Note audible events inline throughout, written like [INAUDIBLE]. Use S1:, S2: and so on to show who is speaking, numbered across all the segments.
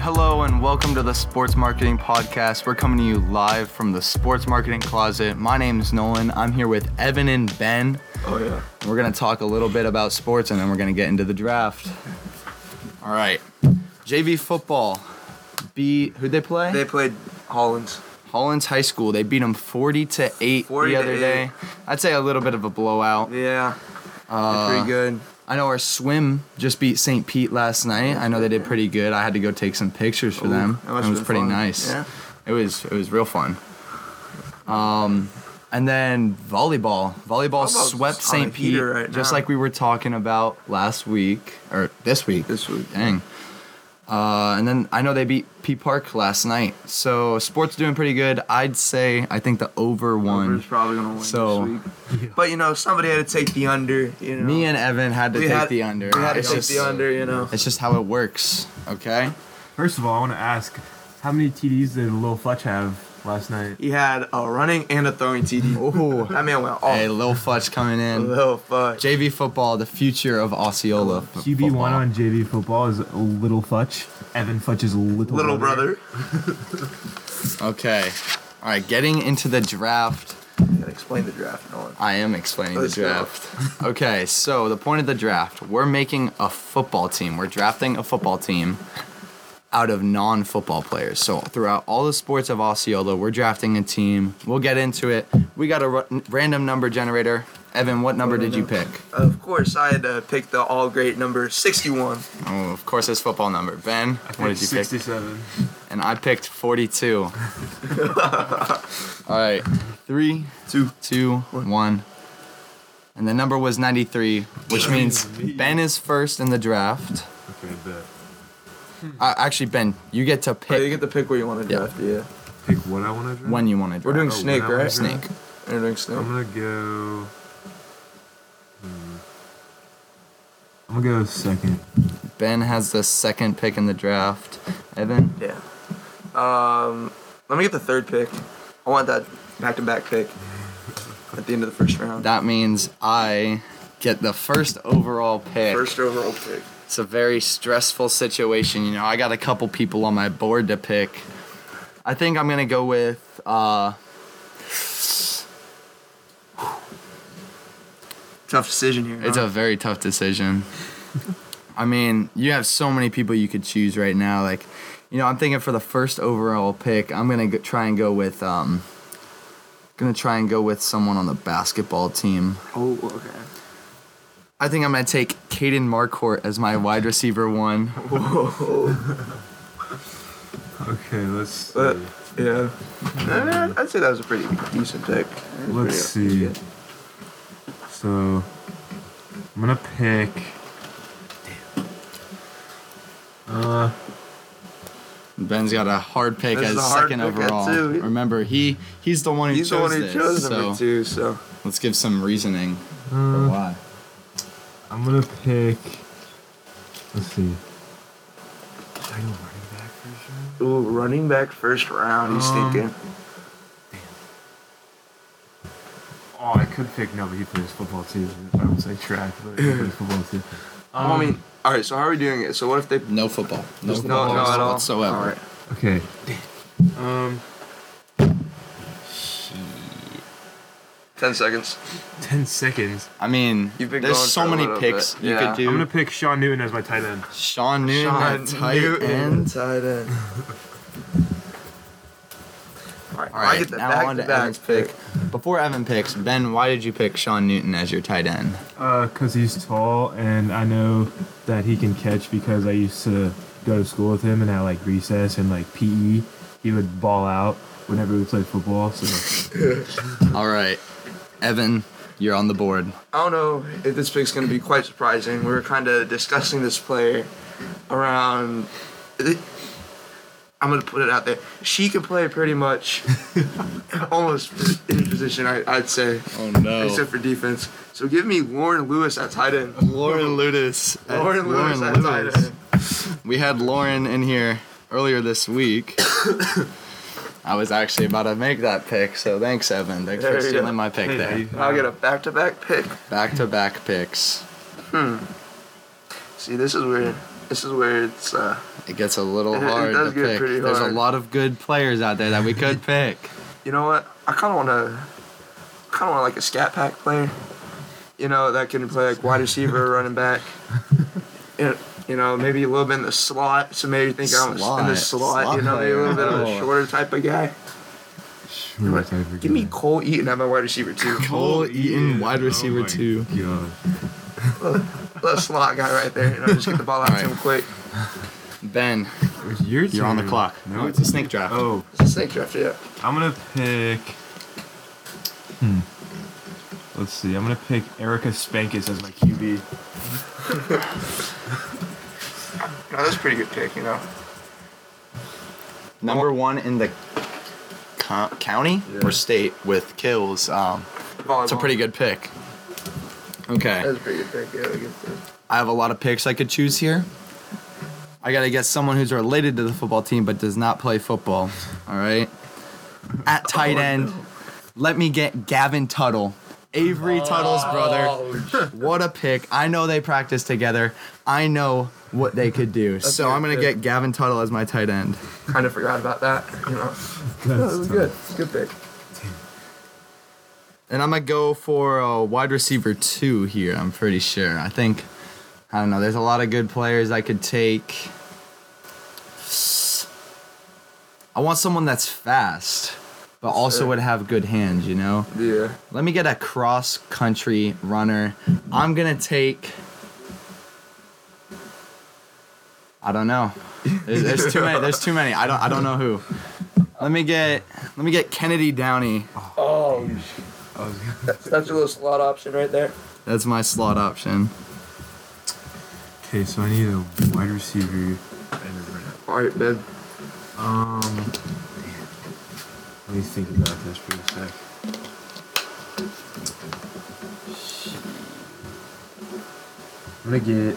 S1: Hello and welcome to the Sports Marketing Podcast. We're coming to you live from the Sports Marketing Closet. My name is Nolan. I'm here with Evan and Ben.
S2: Oh yeah.
S1: We're going to talk a little bit about sports and then we're going to get into the draft. All right. JV football. B who'd they play?
S2: They played Hollins.
S1: Hollins High School. They beat them 40 to 8
S2: 40
S1: the
S2: to
S1: other
S2: eight.
S1: day. I'd say a little bit of a blowout.
S2: Yeah. They're pretty good.
S1: I know our swim just beat St. Pete last night. I know they did pretty good. I had to go take some pictures for
S2: Ooh,
S1: them.
S2: that must
S1: it
S2: have
S1: was
S2: been
S1: pretty
S2: fun.
S1: nice.
S2: Yeah.
S1: It was it was real fun. Um, and then volleyball. Volleyball
S2: Volleyball's
S1: swept
S2: on a
S1: St. Pete,
S2: heater right
S1: just
S2: now.
S1: like we were talking about last week or this week.
S2: This week.
S1: Dang. Uh, and then I know they beat P Park last night. So sports doing pretty good. I'd say I think the over
S2: We're
S1: won.
S2: probably gonna win
S1: So-
S2: this week. But you know, somebody had to take the under. You know.
S1: Me and Evan had to
S2: we
S1: take
S2: had,
S1: the under.
S2: We had to
S1: It's
S2: take
S1: just-
S2: the under. You know.
S1: It's just how it works. Okay.
S3: First of all, I want to ask, how many TDs did Lil Fletch have last night?
S2: He had a running and a throwing TD.
S1: Ooh.
S2: that man went
S1: Hey,
S2: all
S1: Lil Futch coming in.
S2: little fuck.
S1: JV football, the future of Osceola. f-
S3: QB one
S1: football.
S3: on JV football is Little Fletch. Evan Fletch's little
S2: Little brother.
S1: Okay. All right, getting into the draft.
S2: gotta explain the draft. No one.
S1: I am explaining
S2: Let's
S1: the
S2: go.
S1: draft. okay, so the point of the draft we're making a football team, we're drafting a football team out of non football players. So throughout all the sports of Osceola, we're drafting a team. We'll get into it. We got a r- random number generator. Evan, what number did you pick?
S2: Of course, I had to pick the all great number 61.
S1: Oh, of course, it's football number. Ben, what did you pick?
S3: 67.
S1: and I picked 42.
S2: [LAUGHS]
S1: All right, three,
S2: Two.
S1: two, one. And the number was 93, which means Ben is first in the draft.
S3: Okay, bet.
S1: Uh, actually, Ben, you get to
S2: Hey, Oh, you
S1: pick
S2: get to pick what you want to
S1: Yeah.
S2: draft. Yeah.
S3: Pick what I want to draft.
S1: when you want to draft.
S2: We're doing
S3: Oh,
S2: snake,
S3: when I
S2: right?
S3: was
S1: snake.
S2: We're doing snake.
S3: I'm gonna go. hmm. I'm gonna go second.
S1: Ben has the second pick in the draft. Evan,
S2: Yeah. Um, let me get the third pick. I want that back-to-back pick at the end of the first round.
S1: that means I get the first overall pick.
S2: first overall pick.
S1: It's a very stressful situation. You know, I got a couple people on my board to pick. I think I'm gonna go with. Uh,
S2: Tough decision here.
S1: it's
S2: huh?
S1: a very tough decision. I mean, you have so many people you could choose right now. Like, you know, I'm thinking for the first overall pick, I'm gonna go, try and go with. Um, gonna try and go with someone on the basketball team.
S2: oh okay.
S1: I think I'm gonna take Caden Marcourt as my wide receiver one.
S2: Whoa.
S3: Okay, let's see.
S2: But [LAUGHS] yeah, Eh, I'd say that was a pretty decent pick. That was
S3: Let's
S2: pretty-
S3: see. So, I'm gonna pick. Uh,
S1: Ben's got a hard pick
S2: This is
S1: as
S2: a hard
S1: second
S2: pick, that
S1: overall.
S2: too.
S1: Remember, he he's the one who
S2: He's the
S1: chose
S2: one who
S1: this,
S2: chose
S1: so
S2: number two, so
S1: let's give some reasoning for
S3: uh,
S1: why.
S3: I'm gonna pick. Let's see. Should I go running back first round?
S2: ooh, running back first round. He's
S3: Um,
S2: thinking.
S3: Oh, I could pick. No, but he plays football too. I would say track, but he plays football too.
S2: Well, I mean, all right. So how are we doing it? So what if they?
S1: No football. No
S2: Mm. Just
S1: football
S2: no at all.
S1: whatsoever.
S2: All right.
S3: Okay. Um,
S2: Ten seconds.
S3: ten seconds.
S1: I mean,
S2: You've been
S1: there's
S2: going
S1: so
S2: for a
S1: many
S2: little
S1: picks
S2: bit.
S1: you
S2: Yeah.
S1: could do.
S3: I'm gonna pick Sean Newton as my tight end.
S1: Sean Newton,
S2: Sean
S1: at tight
S2: Newton,
S1: end.
S2: Tight end. All right,
S1: All right,
S2: I get the
S1: now
S2: back
S1: on
S2: to
S1: to
S2: back
S1: Evan's
S2: pick.
S1: pick. Before Evan picks, Ben, why did you pick Sean Newton as your tight end?
S3: Uh, cause he's tall, and I know that he can catch because I used to go to school with him, and at like recess and like PE, he would ball out whenever we played football. So
S1: All right, Evan, you're on the board.
S2: I don't know if this pick's going to be quite surprising. We were kind of discussing this player around. I'm going to put it out there. She can play pretty much almost any position, I, I'd say,
S1: Oh no.
S2: except for defense. So give me Lauren Lewis at tight end.
S1: Lauren Ludis.
S2: Lauren Lewis at tight end.
S1: We had Lauren in here earlier this
S2: [COUGHS]
S1: week. I was actually about to make that pick, so thanks, Evan. Thanks
S2: There
S1: for
S2: you
S1: stealing
S2: go.
S1: my pick there.
S2: I'll get a back to back pick.
S1: Back to back picks.
S2: See, this is where this is where it's uh,
S1: it gets a little
S2: It- it
S1: hard
S2: does
S1: to
S2: get
S1: pick.
S2: pretty
S1: There's a
S2: hard.
S1: lot of good players out there that we
S2: [LAUGHS]
S1: could pick.
S2: You know what? I kind of want to, kind of want like a scat pack player. You know that can play like wide [LAUGHS] receiver, running back. You you know, maybe a little bit in the slot. So maybe think I'm in the
S1: Slot.
S2: slot.
S1: Slot
S2: you know, maybe a little bit of
S1: player.
S2: a shorter type of guy.
S3: Sure, type of
S2: Give me
S3: guy.
S2: Cole Eaton at my wide receiver [LAUGHS] too.
S1: Cole Eaton, wide receiver
S3: oh my
S1: two.
S3: God.
S2: Little slot guy right there. You know, just get the ball out
S1: Alright.
S2: to him quick.
S1: Ben,
S3: It's your
S1: you're on the
S3: turn.
S1: clock.
S3: No,
S1: it's a snake draft.
S3: Oh,
S2: It's a snake draft, yeah.
S3: I'm gonna pick. Hmm. Let's see. I'm gonna pick Erica Spankis as my QB.
S2: No, that's a pretty good pick. You know,
S1: Number one in the co- county
S3: Yeah.
S1: or state with kills. Um,
S2: volleyball.
S1: it's a pretty good pick. Okay.
S2: That's a pretty good pick. Yeah, good pick.
S1: I have a lot of picks I could choose here. I gotta get someone who's related to the football team but does not play football. All right. At
S2: Oh,
S1: tight end, let me get Gavin Tuttle,
S2: Oh.
S1: Avery Tuttle's brother.
S2: [LAUGHS]
S1: What a pick! I know they practice together. I know what they could do. so
S2: a good
S1: I'm gonna
S2: pick.
S1: get Gavin Tuttle as my tight end.
S2: Kind of forgot about that. You know,
S3: [LAUGHS]
S2: no,
S3: That's
S2: it was
S3: tough.
S2: good. It's a good pick.
S1: And I'm gonna go for a wide receiver two here. I'm pretty sure. I think I don't know. There's a lot of good players I could take. I want someone that's fast, but also
S2: Sure.
S1: would have good hands. You know.
S2: Yeah.
S1: Let me get a cross country runner. I'm gonna take. I don't know. There's, there's too many. There's too many. I don't. I don't know who. Let me get. Let me get Kennedy Downey.
S2: Oh,
S3: I was gonna-
S2: that's, that's your little slot option right there.
S1: That's my slot option.
S3: Okay, so I need a wide receiver and a runner.
S2: All right, Ben.
S3: Um, man, let me think about this for a sec. I'm gonna get.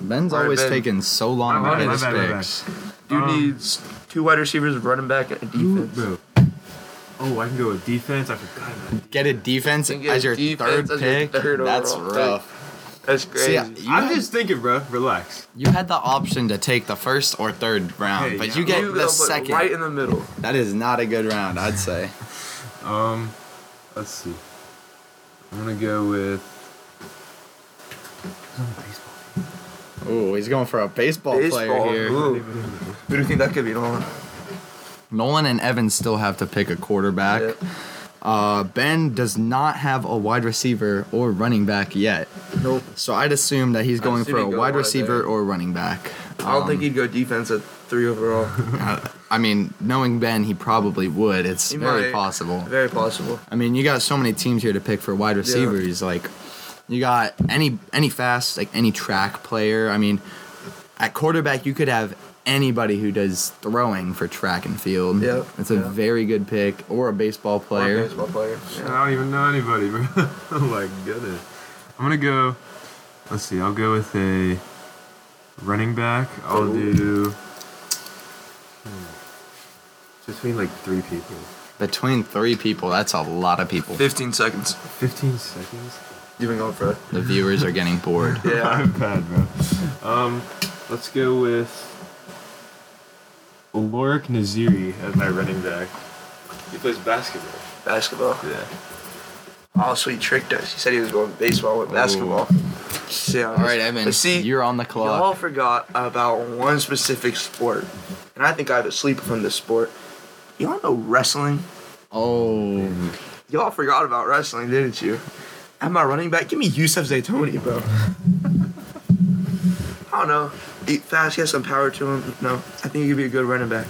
S1: Ben's
S2: All right,
S1: always
S2: Ben.
S1: taking so long
S3: My
S1: to
S3: bad,
S1: get
S3: my
S1: his
S3: bad, my
S1: picks.
S2: Dude
S3: Um,
S2: needs two wide receivers, a running back, and a
S3: Ooh,
S2: defense.
S3: bro. Oh, I can go with defense. I forgot about defense.
S1: Get a defense
S2: Get
S1: as your
S2: defense
S1: third
S2: as your
S1: pick.
S2: third
S1: That's
S2: overall
S1: rough.
S2: That's crazy.
S1: See, you,
S3: I'm
S1: had,
S3: just thinking, bro. Relax.
S1: you had the option to take the first or third round,
S3: Hey,
S1: but
S3: yeah.
S1: you get
S2: You
S1: the
S2: go
S1: second.
S2: Right in the middle.
S1: That is not a good round, I'd say.
S3: Um, let's see. I'm gonna go with. Who's on the baseball team?
S1: Ooh, he's going for a baseball, player
S2: Baseball,
S1: here.
S2: ooh. Who do you think that could be? Nolan?
S1: Nolan and Evans still have to pick a quarterback.
S2: Yeah.
S1: Uh, ben does not have a wide receiver or running back yet,
S2: Nope.
S1: so I'd assume that he's going
S2: assume
S1: for
S2: he'd
S1: a
S2: go
S1: wide
S2: wide
S1: receiver
S2: there.
S1: or running back.
S2: I don't
S1: Um,
S2: think he'd go defense at three overall.
S1: I I mean, knowing Ben, he probably would. It's
S2: He
S1: very
S2: might.
S1: possible.
S2: Very possible.
S1: I mean, you got so many teams here to pick for wide receivers. Like, you got any any fast, like any track player. I mean, at quarterback, you could have anybody who does throwing for track and field.
S2: Yep,
S1: it's a
S2: yeah.
S1: very good pick, or a baseball
S2: Or a
S1: player.
S2: Baseball player. Yeah.
S3: I don't even know anybody, bro. [LAUGHS] oh my goodness. I'm gonna go. Let's see. I'll go with a running back. I'll
S2: Ooh.
S3: do. hmm, Between like three people.
S1: Between three people, that's a lot of people.
S2: 15 seconds.
S3: 15 seconds?
S2: Giving up for it.
S1: The viewers are getting
S2: [LAUGHS]
S1: bored.
S2: Yeah.
S3: [LAUGHS] I'm bad, bro. Um, let's go with. Lorik Naziri as my running back. He plays basketball.
S2: basketball.
S3: Yeah.
S2: Oh, so he tricked us. He said he was going baseball with basketball. See how it
S1: All
S2: is.
S1: right, Evan,
S2: But see,
S1: you're on the
S2: Y'all
S1: clock.
S2: forgot about one specific sport, and I think I have a sleeper from this sport. Y'all know wrestling.
S1: Oh,
S2: Y'all forgot about wrestling, didn't you? Am I running back? Give me Yusef Zaytoni, bro. [LAUGHS] I don't know. Eat fast, get some power to him. No, I think he could be a good running back.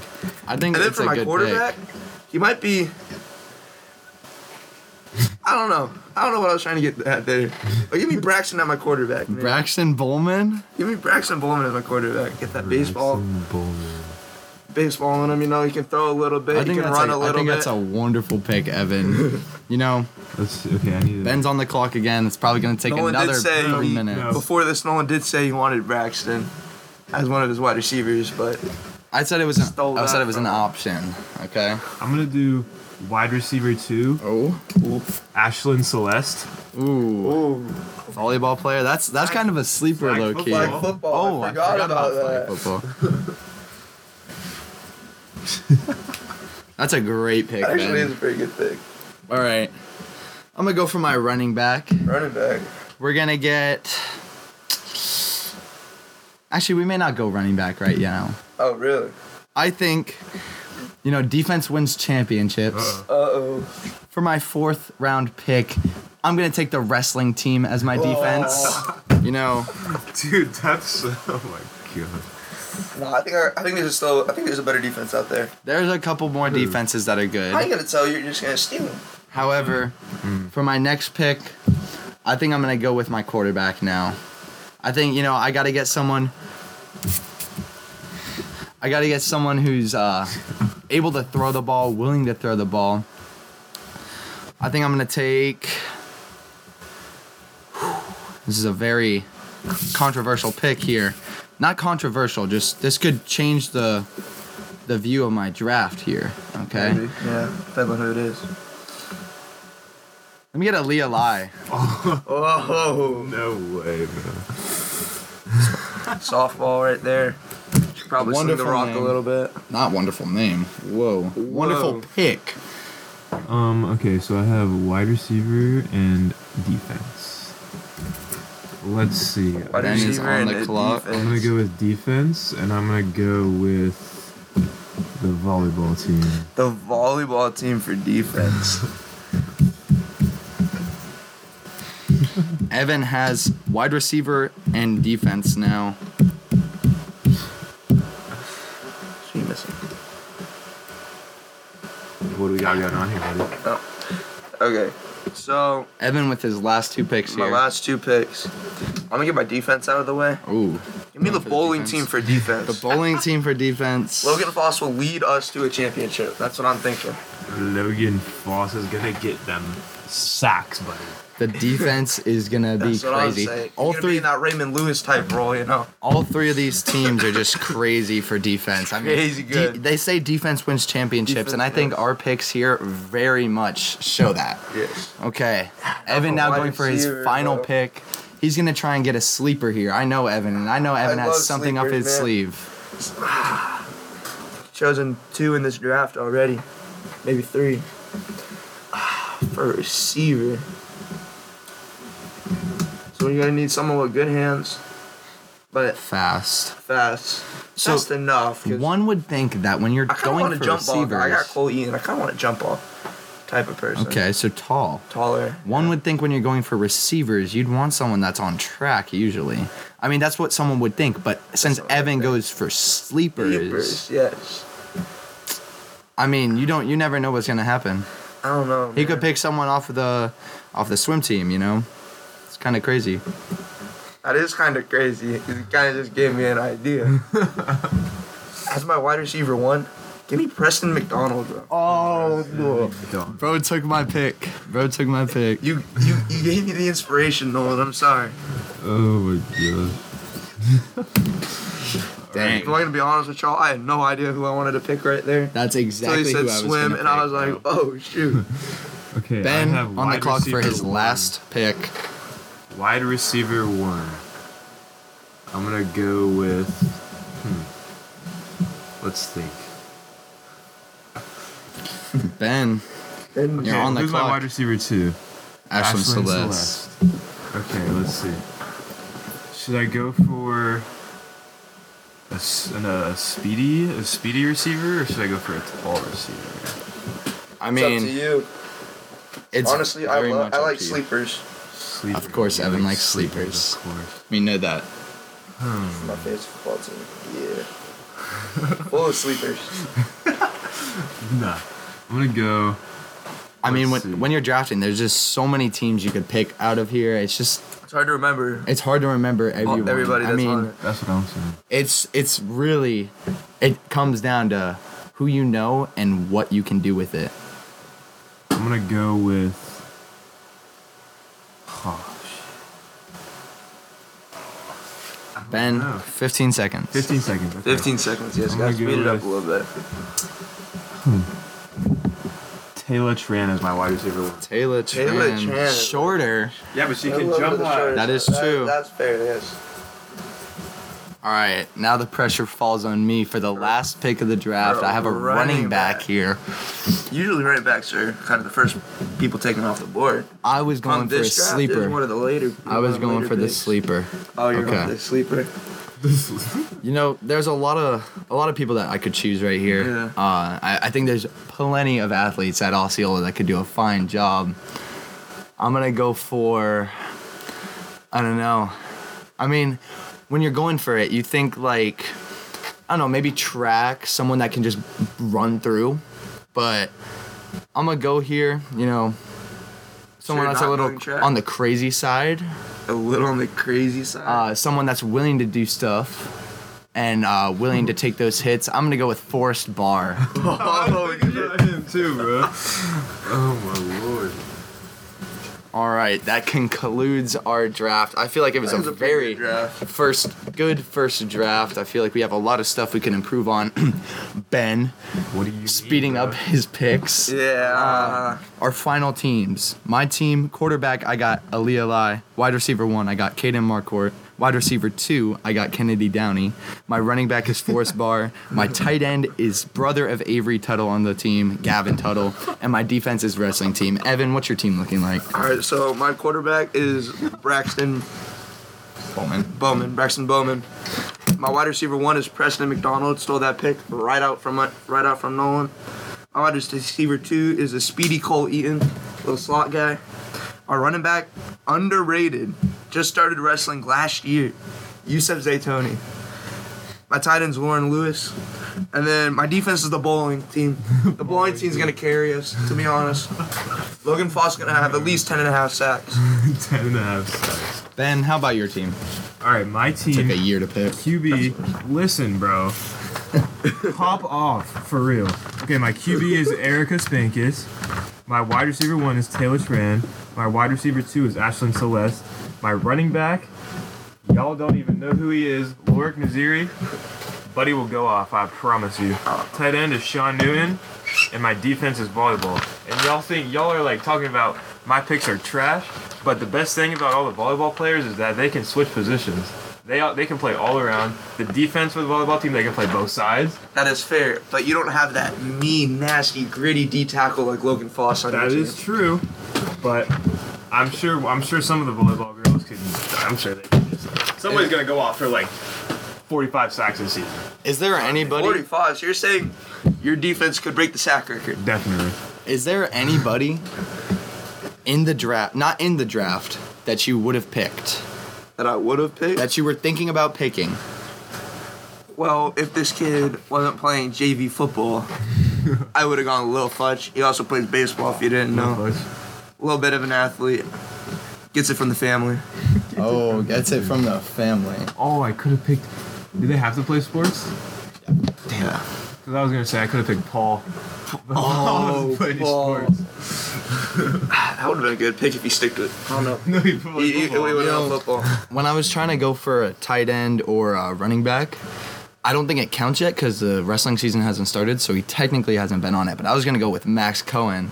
S1: I think
S2: And then
S1: that's
S2: for
S1: a
S2: my
S1: good
S2: quarterback,
S1: pick.
S2: he might be. I don't know. I don't know what I was trying to get at there. But give me Braxton at my quarterback. man.
S1: Braxton Bowman.
S2: give me Braxton Bowman as my quarterback. Get that baseball, baseball on him. You know, he can throw a little bit.
S1: I think
S2: he can
S1: that's
S2: run
S1: a,
S2: a,
S1: I
S2: little
S1: think
S2: bit.
S1: that's a wonderful pick,
S2: [LAUGHS]
S1: Evan. you know,
S3: Let's, okay, I need
S1: Ben's on the clock again. It's probably going to take
S2: Nolan did
S1: another
S2: say-
S1: three
S3: No,
S1: minutes.
S3: no.
S2: Before this, Nolan did say he wanted Braxton as one of his wide receivers, but
S1: I said it was. An,
S2: Stole
S1: I
S2: that
S1: said it was an
S2: from-
S1: option. Okay.
S3: I'm gonna do wide receiver two,
S1: Oh.
S3: Ashlyn Celeste.
S1: Ooh.
S2: ooh,
S1: volleyball player. That's that's kind of a sleeper
S3: Flag
S1: low key.
S3: football.
S2: Flag football.
S1: Oh,
S2: I
S1: I
S2: forgot, about, that.
S1: Football.
S2: [LAUGHS]
S1: that's a great pick,
S2: Actually,
S1: man.
S2: it's a pretty good pick.
S1: All right. I'm going to go for my running back.
S2: Running back.
S1: We're going to get. Actually, we may not go running back right now.
S2: Oh, really?
S1: I think, you know, defense wins championships.
S3: Uh-oh.
S2: Uh oh.
S1: For my fourth round pick, I'm going to take the wrestling team as my defense. You know,
S3: Dude, that's oh my god.
S2: No, I think our, I think there's still I think there's a better defense out there.
S1: there's a couple more defenses that are
S2: I ain't
S1: good.
S2: gonna tell you. You're just gonna steal him.
S1: However, for my next pick, I think I'm going to go with my quarterback now. I think, you know, I got to get someone. I got to get someone who's uh, able to throw the ball, willing to throw the ball. I think I'm going to take. This is a very controversial pick here. Not controversial, just this could change the the view of my draft here. Okay.
S2: Maybe. Yeah. Depends on who it is.
S1: Let me get a Leah Lai.
S2: Oh,
S3: No way, man.
S2: softball right there. Should probably swing the
S1: Wonderful
S2: rock a
S1: name.
S2: little bit.
S1: Not wonderful name. Whoa. Wonderful pick.
S3: Um, okay, so I have wide receiver and defense. Let's see.
S2: Wide
S1: Ben is
S2: receiver
S1: on
S2: and
S1: the
S2: a
S1: clock.
S2: defense.
S3: I'm gonna go with defense, and I'm gonna go with the volleyball team.
S2: The volleyball team for defense.
S1: Evan has wide receiver and defense now.
S2: she missing.
S3: What do we got going on here, buddy?
S2: Oh. Okay. So
S1: Evan with his last two picks
S2: my
S1: here.
S2: last two picks. I'm gonna get my defense out of the way.
S1: Ooh.
S2: Give me
S1: Going for
S2: the
S1: the
S2: bowling
S1: defense.
S2: team for defense.
S1: The bowling team for defense.
S2: Logan Foss will lead us to a championship. That's what I'm thinking.
S3: Logan Foss is gonna get them sacks, buddy.
S1: The defense is gonna be
S2: That's what I'm
S1: crazy.
S2: saying.
S1: All
S2: You're gonna be
S1: three
S2: in that Raymond Lewis type role, you know.
S1: all three of these teams are just crazy for defense. I mean
S2: Crazy
S1: de-
S2: good.
S1: they say defense wins championships, and I
S2: Defense
S1: think
S2: wins.
S1: our picks here very much show that.
S2: Yes. [SIGHS]
S1: Okay. Evan
S2: a
S1: now
S2: wide
S1: going for his
S2: receiver,
S1: final
S2: bro.
S1: pick. He's gonna try and get a sleeper here. I know Evan, and I know Evan
S2: love
S1: has something up
S2: sleepers,
S1: his
S2: man.
S1: sleeve.
S2: Chosen two in this draft already, maybe three. [SIGHS] For a receiver. So you're gonna need someone with good hands, but
S1: Fast.
S2: fast,
S1: So,
S2: fast enough. 'cause
S1: One would think that when you're
S2: I kind of
S1: going
S2: want
S1: for
S2: to jump off. I got
S1: receivers,
S2: Cole Ian. I kind of want to jump off type of person.
S1: okay, so tall.
S2: Taller.
S1: One would think when you're going for receivers, you'd want someone that's on track usually. I mean, that's what someone would think, but since
S2: what I
S1: Evan
S2: think.
S1: goes for sleepers,
S2: Leapers, yes.
S1: I mean, you don't you never know what's going to happen.
S2: I don't know.
S1: He could
S2: man.
S1: pick someone off of the off the swim team, you know. It's kind of crazy.
S2: That is kind of crazy. He kind of just gave me an idea.
S1: [LAUGHS]
S2: As my wide receiver one, give me Preston McDonald, bro.
S1: Oh, Bro took my pick. Bro took my pick.
S2: You you you gave me the inspiration, Nolan. I'm sorry.
S3: Oh my god.
S1: Dang.
S2: If I'm gonna be honest with y'all, I had no idea who I wanted to pick right there.
S1: That's
S2: Until
S1: exactly
S2: he said
S1: who I was
S2: swim,
S1: gonna
S2: and I
S1: pick,
S2: was like,
S1: bro. [LAUGHS]
S2: oh shoot.
S3: Okay, I
S1: Ben
S3: have
S1: on the
S3: wide
S1: clock for
S3: receiver
S1: his
S3: one.
S1: last pick.
S3: wide receiver one. I'm gonna go with. Hmm, let's think.
S1: Ben,
S2: And
S1: You're on the
S3: who's
S1: clock.
S3: my wide receiver two?
S1: Ashland
S3: Ashlyn
S1: Celeste.
S3: Okay, let's see. Should I go for a, s- an, uh, speedy, a speedy receiver, or should I go for a tall receiver?
S1: I
S2: it's up to
S1: mean,
S2: you.
S1: it's
S2: Honestly, I
S1: very
S2: love
S1: much
S2: I
S1: up
S2: like
S1: to you.
S2: sleepers.
S3: Sleeper.
S1: Of course,
S3: I
S1: Evan
S3: like
S1: likes sleepers.
S3: Of course.
S1: We know that.
S3: Hmm,
S2: It's my favorite football team. Yeah. [LAUGHS] Full of sleepers.
S3: Nah, I'm gonna go.
S1: I mean,
S3: Let's see.
S1: when, when you're drafting, there's just so many teams you could pick out of here. It's just,
S2: It's hard to remember
S1: it's hard to remember everyone.
S2: everybody that's
S1: I mean,
S2: on it.
S3: That's what I'm saying.
S1: it's it's really, it comes down to who you know and what you can do with it.
S3: I'm gonna go with. Oh,
S1: Ben,
S3: know.
S1: 15 seconds.
S3: 15 seconds. okay.
S1: oh
S2: 15 seconds, yes,
S3: I'm gonna
S2: guys. Speed
S3: go
S2: it up
S3: with-
S2: a little bit.
S3: Taylor Tran as my wide receiver one.
S1: Taylor
S2: Taylor
S1: Tran,
S2: Tran.
S1: shorter.
S3: Yeah, but she
S2: A little bit of shorter
S1: That
S2: side.
S1: is true.
S2: That's fair. Yes.
S1: All right, now the pressure falls on me for the last pick of the draft.
S2: For a
S1: I have a running,
S2: running
S1: back,
S2: back.
S1: here.
S2: Usually running backs are kind of the first people taken off the board.
S1: I was going
S2: On
S1: for a
S2: this draft, there's One
S1: sleeper.
S2: of the later.
S1: I was going for the
S2: the
S1: sleeper.
S2: Oh, you're going
S1: Okay.
S2: for the sleeper.
S1: You know, there's a lot of a lot of people that I could choose right here.
S2: Yeah.
S1: Uh, I, I think there's plenty of athletes at Osceola that could do a fine job. I'm gonna go for. I don't know. I mean, when you're going for it, you think like, I don't know, maybe track someone that can just run through, but I'm gonna go here. You know, someone
S2: you're
S1: that's a
S2: not
S1: little
S2: going track?
S1: on the crazy side
S2: A little on the crazy side.
S1: uh, someone that's willing to do stuff and uh, willing to take those hits. I'm gonna go with Forrest Barr.
S2: [LAUGHS] oh,
S3: him too, bro. [LAUGHS] oh my lord.
S1: [LAUGHS] All right, that concludes our draft. I feel like it was,
S2: That was
S1: a,
S2: a
S1: very
S2: pretty good draft.
S1: first good first draft. I feel like we have a lot of stuff we can improve on. [CLEARS THROAT] ben
S3: What do you mean,
S1: speeding
S3: bro?
S1: up his picks.
S2: yeah. uh,
S1: Our final teams. My team quarterback I got Aaliyah Lai. Wide receiver one I got Kaden Marcourt. Wide receiver two I got Kennedy Downey. My running back is Forrest Barr. My tight end is brother of Avery Tuttle on the team, Gavin Tuttle, and my defense is wrestling team. Evan, what's your team looking like?
S2: All right. So my quarterback is Braxton
S1: Bowman.
S2: Bowman. Braxton Bowman. My wide receiver one is Preston McDonald. Stole that pick right out from right out from Nolan. My wide receiver two is a speedy Cole Eaton, little slot guy. Our running back, underrated, just started wrestling last year. Yusef Zaytoni. My tight end's Lauren Lewis. And then my defense is the bowling team. The bowling team's gonna carry us, to be honest. Logan Foss gonna have at least ten and a half sacks.
S3: [LAUGHS] Ten and a half sacks.
S1: Ben, how about your team?
S3: All right, my team.
S1: Took a year to pick.
S3: QB,
S1: [LAUGHS]
S3: listen, bro. Pop off for real. Okay, my QB is Erica Spankis. My wide receiver one is Taylor Tran. My wide receiver two is Ashlyn Celeste. My running back, y'all don't even know who he is, Lorik Naziri. Buddy will go off, I promise you. Tight end is Sean Newton, and my defense is volleyball. And y'all think y'all are like talking about my picks are trash, but the best thing about all the volleyball players is that they can switch positions. They all, they can play all around. The defense for the volleyball team, they can play both sides.
S2: That is fair, but you don't have that mean, nasty, gritty D tackle like Logan Foss on
S3: That
S2: your
S3: is
S2: team.
S3: true, but I'm sure I'm sure some of the volleyball girls could. I'm sure they. Could just, somebody's gonna go off for like 45 sacks this season.
S1: Is there anybody?
S2: Forty Foss, you're saying your defense could break the sack record.
S3: Definitely.
S1: Is there anybody in the draft? Not in the draft that you would have picked
S2: That I would have picked.
S1: that you were thinking about picking.
S2: well, if this kid wasn't playing JV football, I would have gone Lil Fudge. He also plays baseball. If you didn't know, a little bit of an athlete. Gets it from the family.
S1: Oh, that's it from the family.
S3: Oh, I could have picked. Do they have to play sports?
S2: Yeah.
S3: Because I was gonna say I could have picked Paul. [LAUGHS]
S2: Oh,
S3: Play any
S2: Paul.
S3: sports.
S2: [SIGHS] That would have been a good pick if he sticked to it. I don't know.
S3: [LAUGHS] No, he played
S2: He, he, he
S3: football.
S2: would have
S1: Yo.
S2: done football.
S1: when I was trying to go for a tight end or a running back, I don't think it counts yet because the wrestling season hasn't started, so he technically hasn't been on it. But I was gonna go with Max Cohen.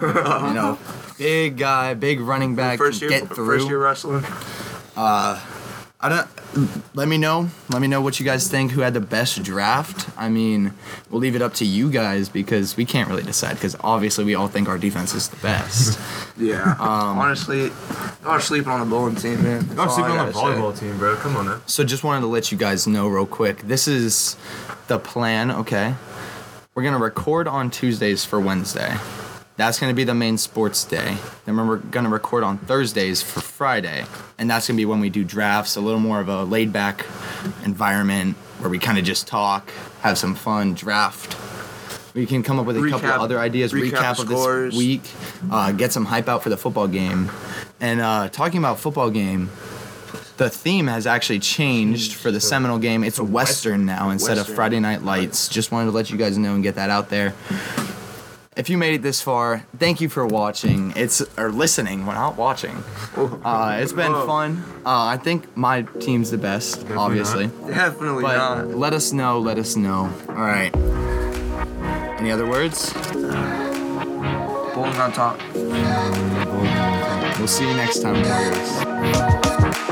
S1: you
S2: [LAUGHS]
S1: know, big guy, big running back,
S2: First year,
S1: get through.
S2: first year wrestling.
S1: I don't. Let me know. Let me know what you guys think. Who had the best draft? I mean, we'll leave it up to you guys because we can't really decide because obviously we all think our defense is the best.
S2: Yeah. Um, honestly, y'all are sleeping on the bowling team, man. That's
S3: I'm
S2: all I
S3: sleeping on the
S2: gotta say.
S3: volleyball team, bro. Come on now.
S1: So just wanted to let you guys know real quick. This is the plan, okay? We're gonna record on Tuesdays for Wednesday. That's gonna be the main sports day. Then we're gonna record on Thursdays for Friday, and that's gonna be when we do drafts, a little more of a laid back environment where we kind of just talk, have some fun, draft. We can come up with a couple
S2: Recap-
S1: other ideas,
S2: recap
S1: recap, of
S2: scores.
S1: this week, uh, get some hype out for the football game. And uh, talking about football game, the theme has actually changed for the Seminole game. It's Western now instead of
S2: Western.
S1: Friday Night Lights. Just wanted to let you guys know and get that out there. If you made it this far, thank you for watching. It's or listening. We're not watching. Uh, it's been
S2: Whoa.
S1: fun. Uh, I think my team's the best,
S3: not.
S1: obviously.
S2: Definitely
S1: But
S2: not.
S1: let us know. Let us know. All right. Any other words?
S2: on top.
S1: We'll see you next time, Warriors.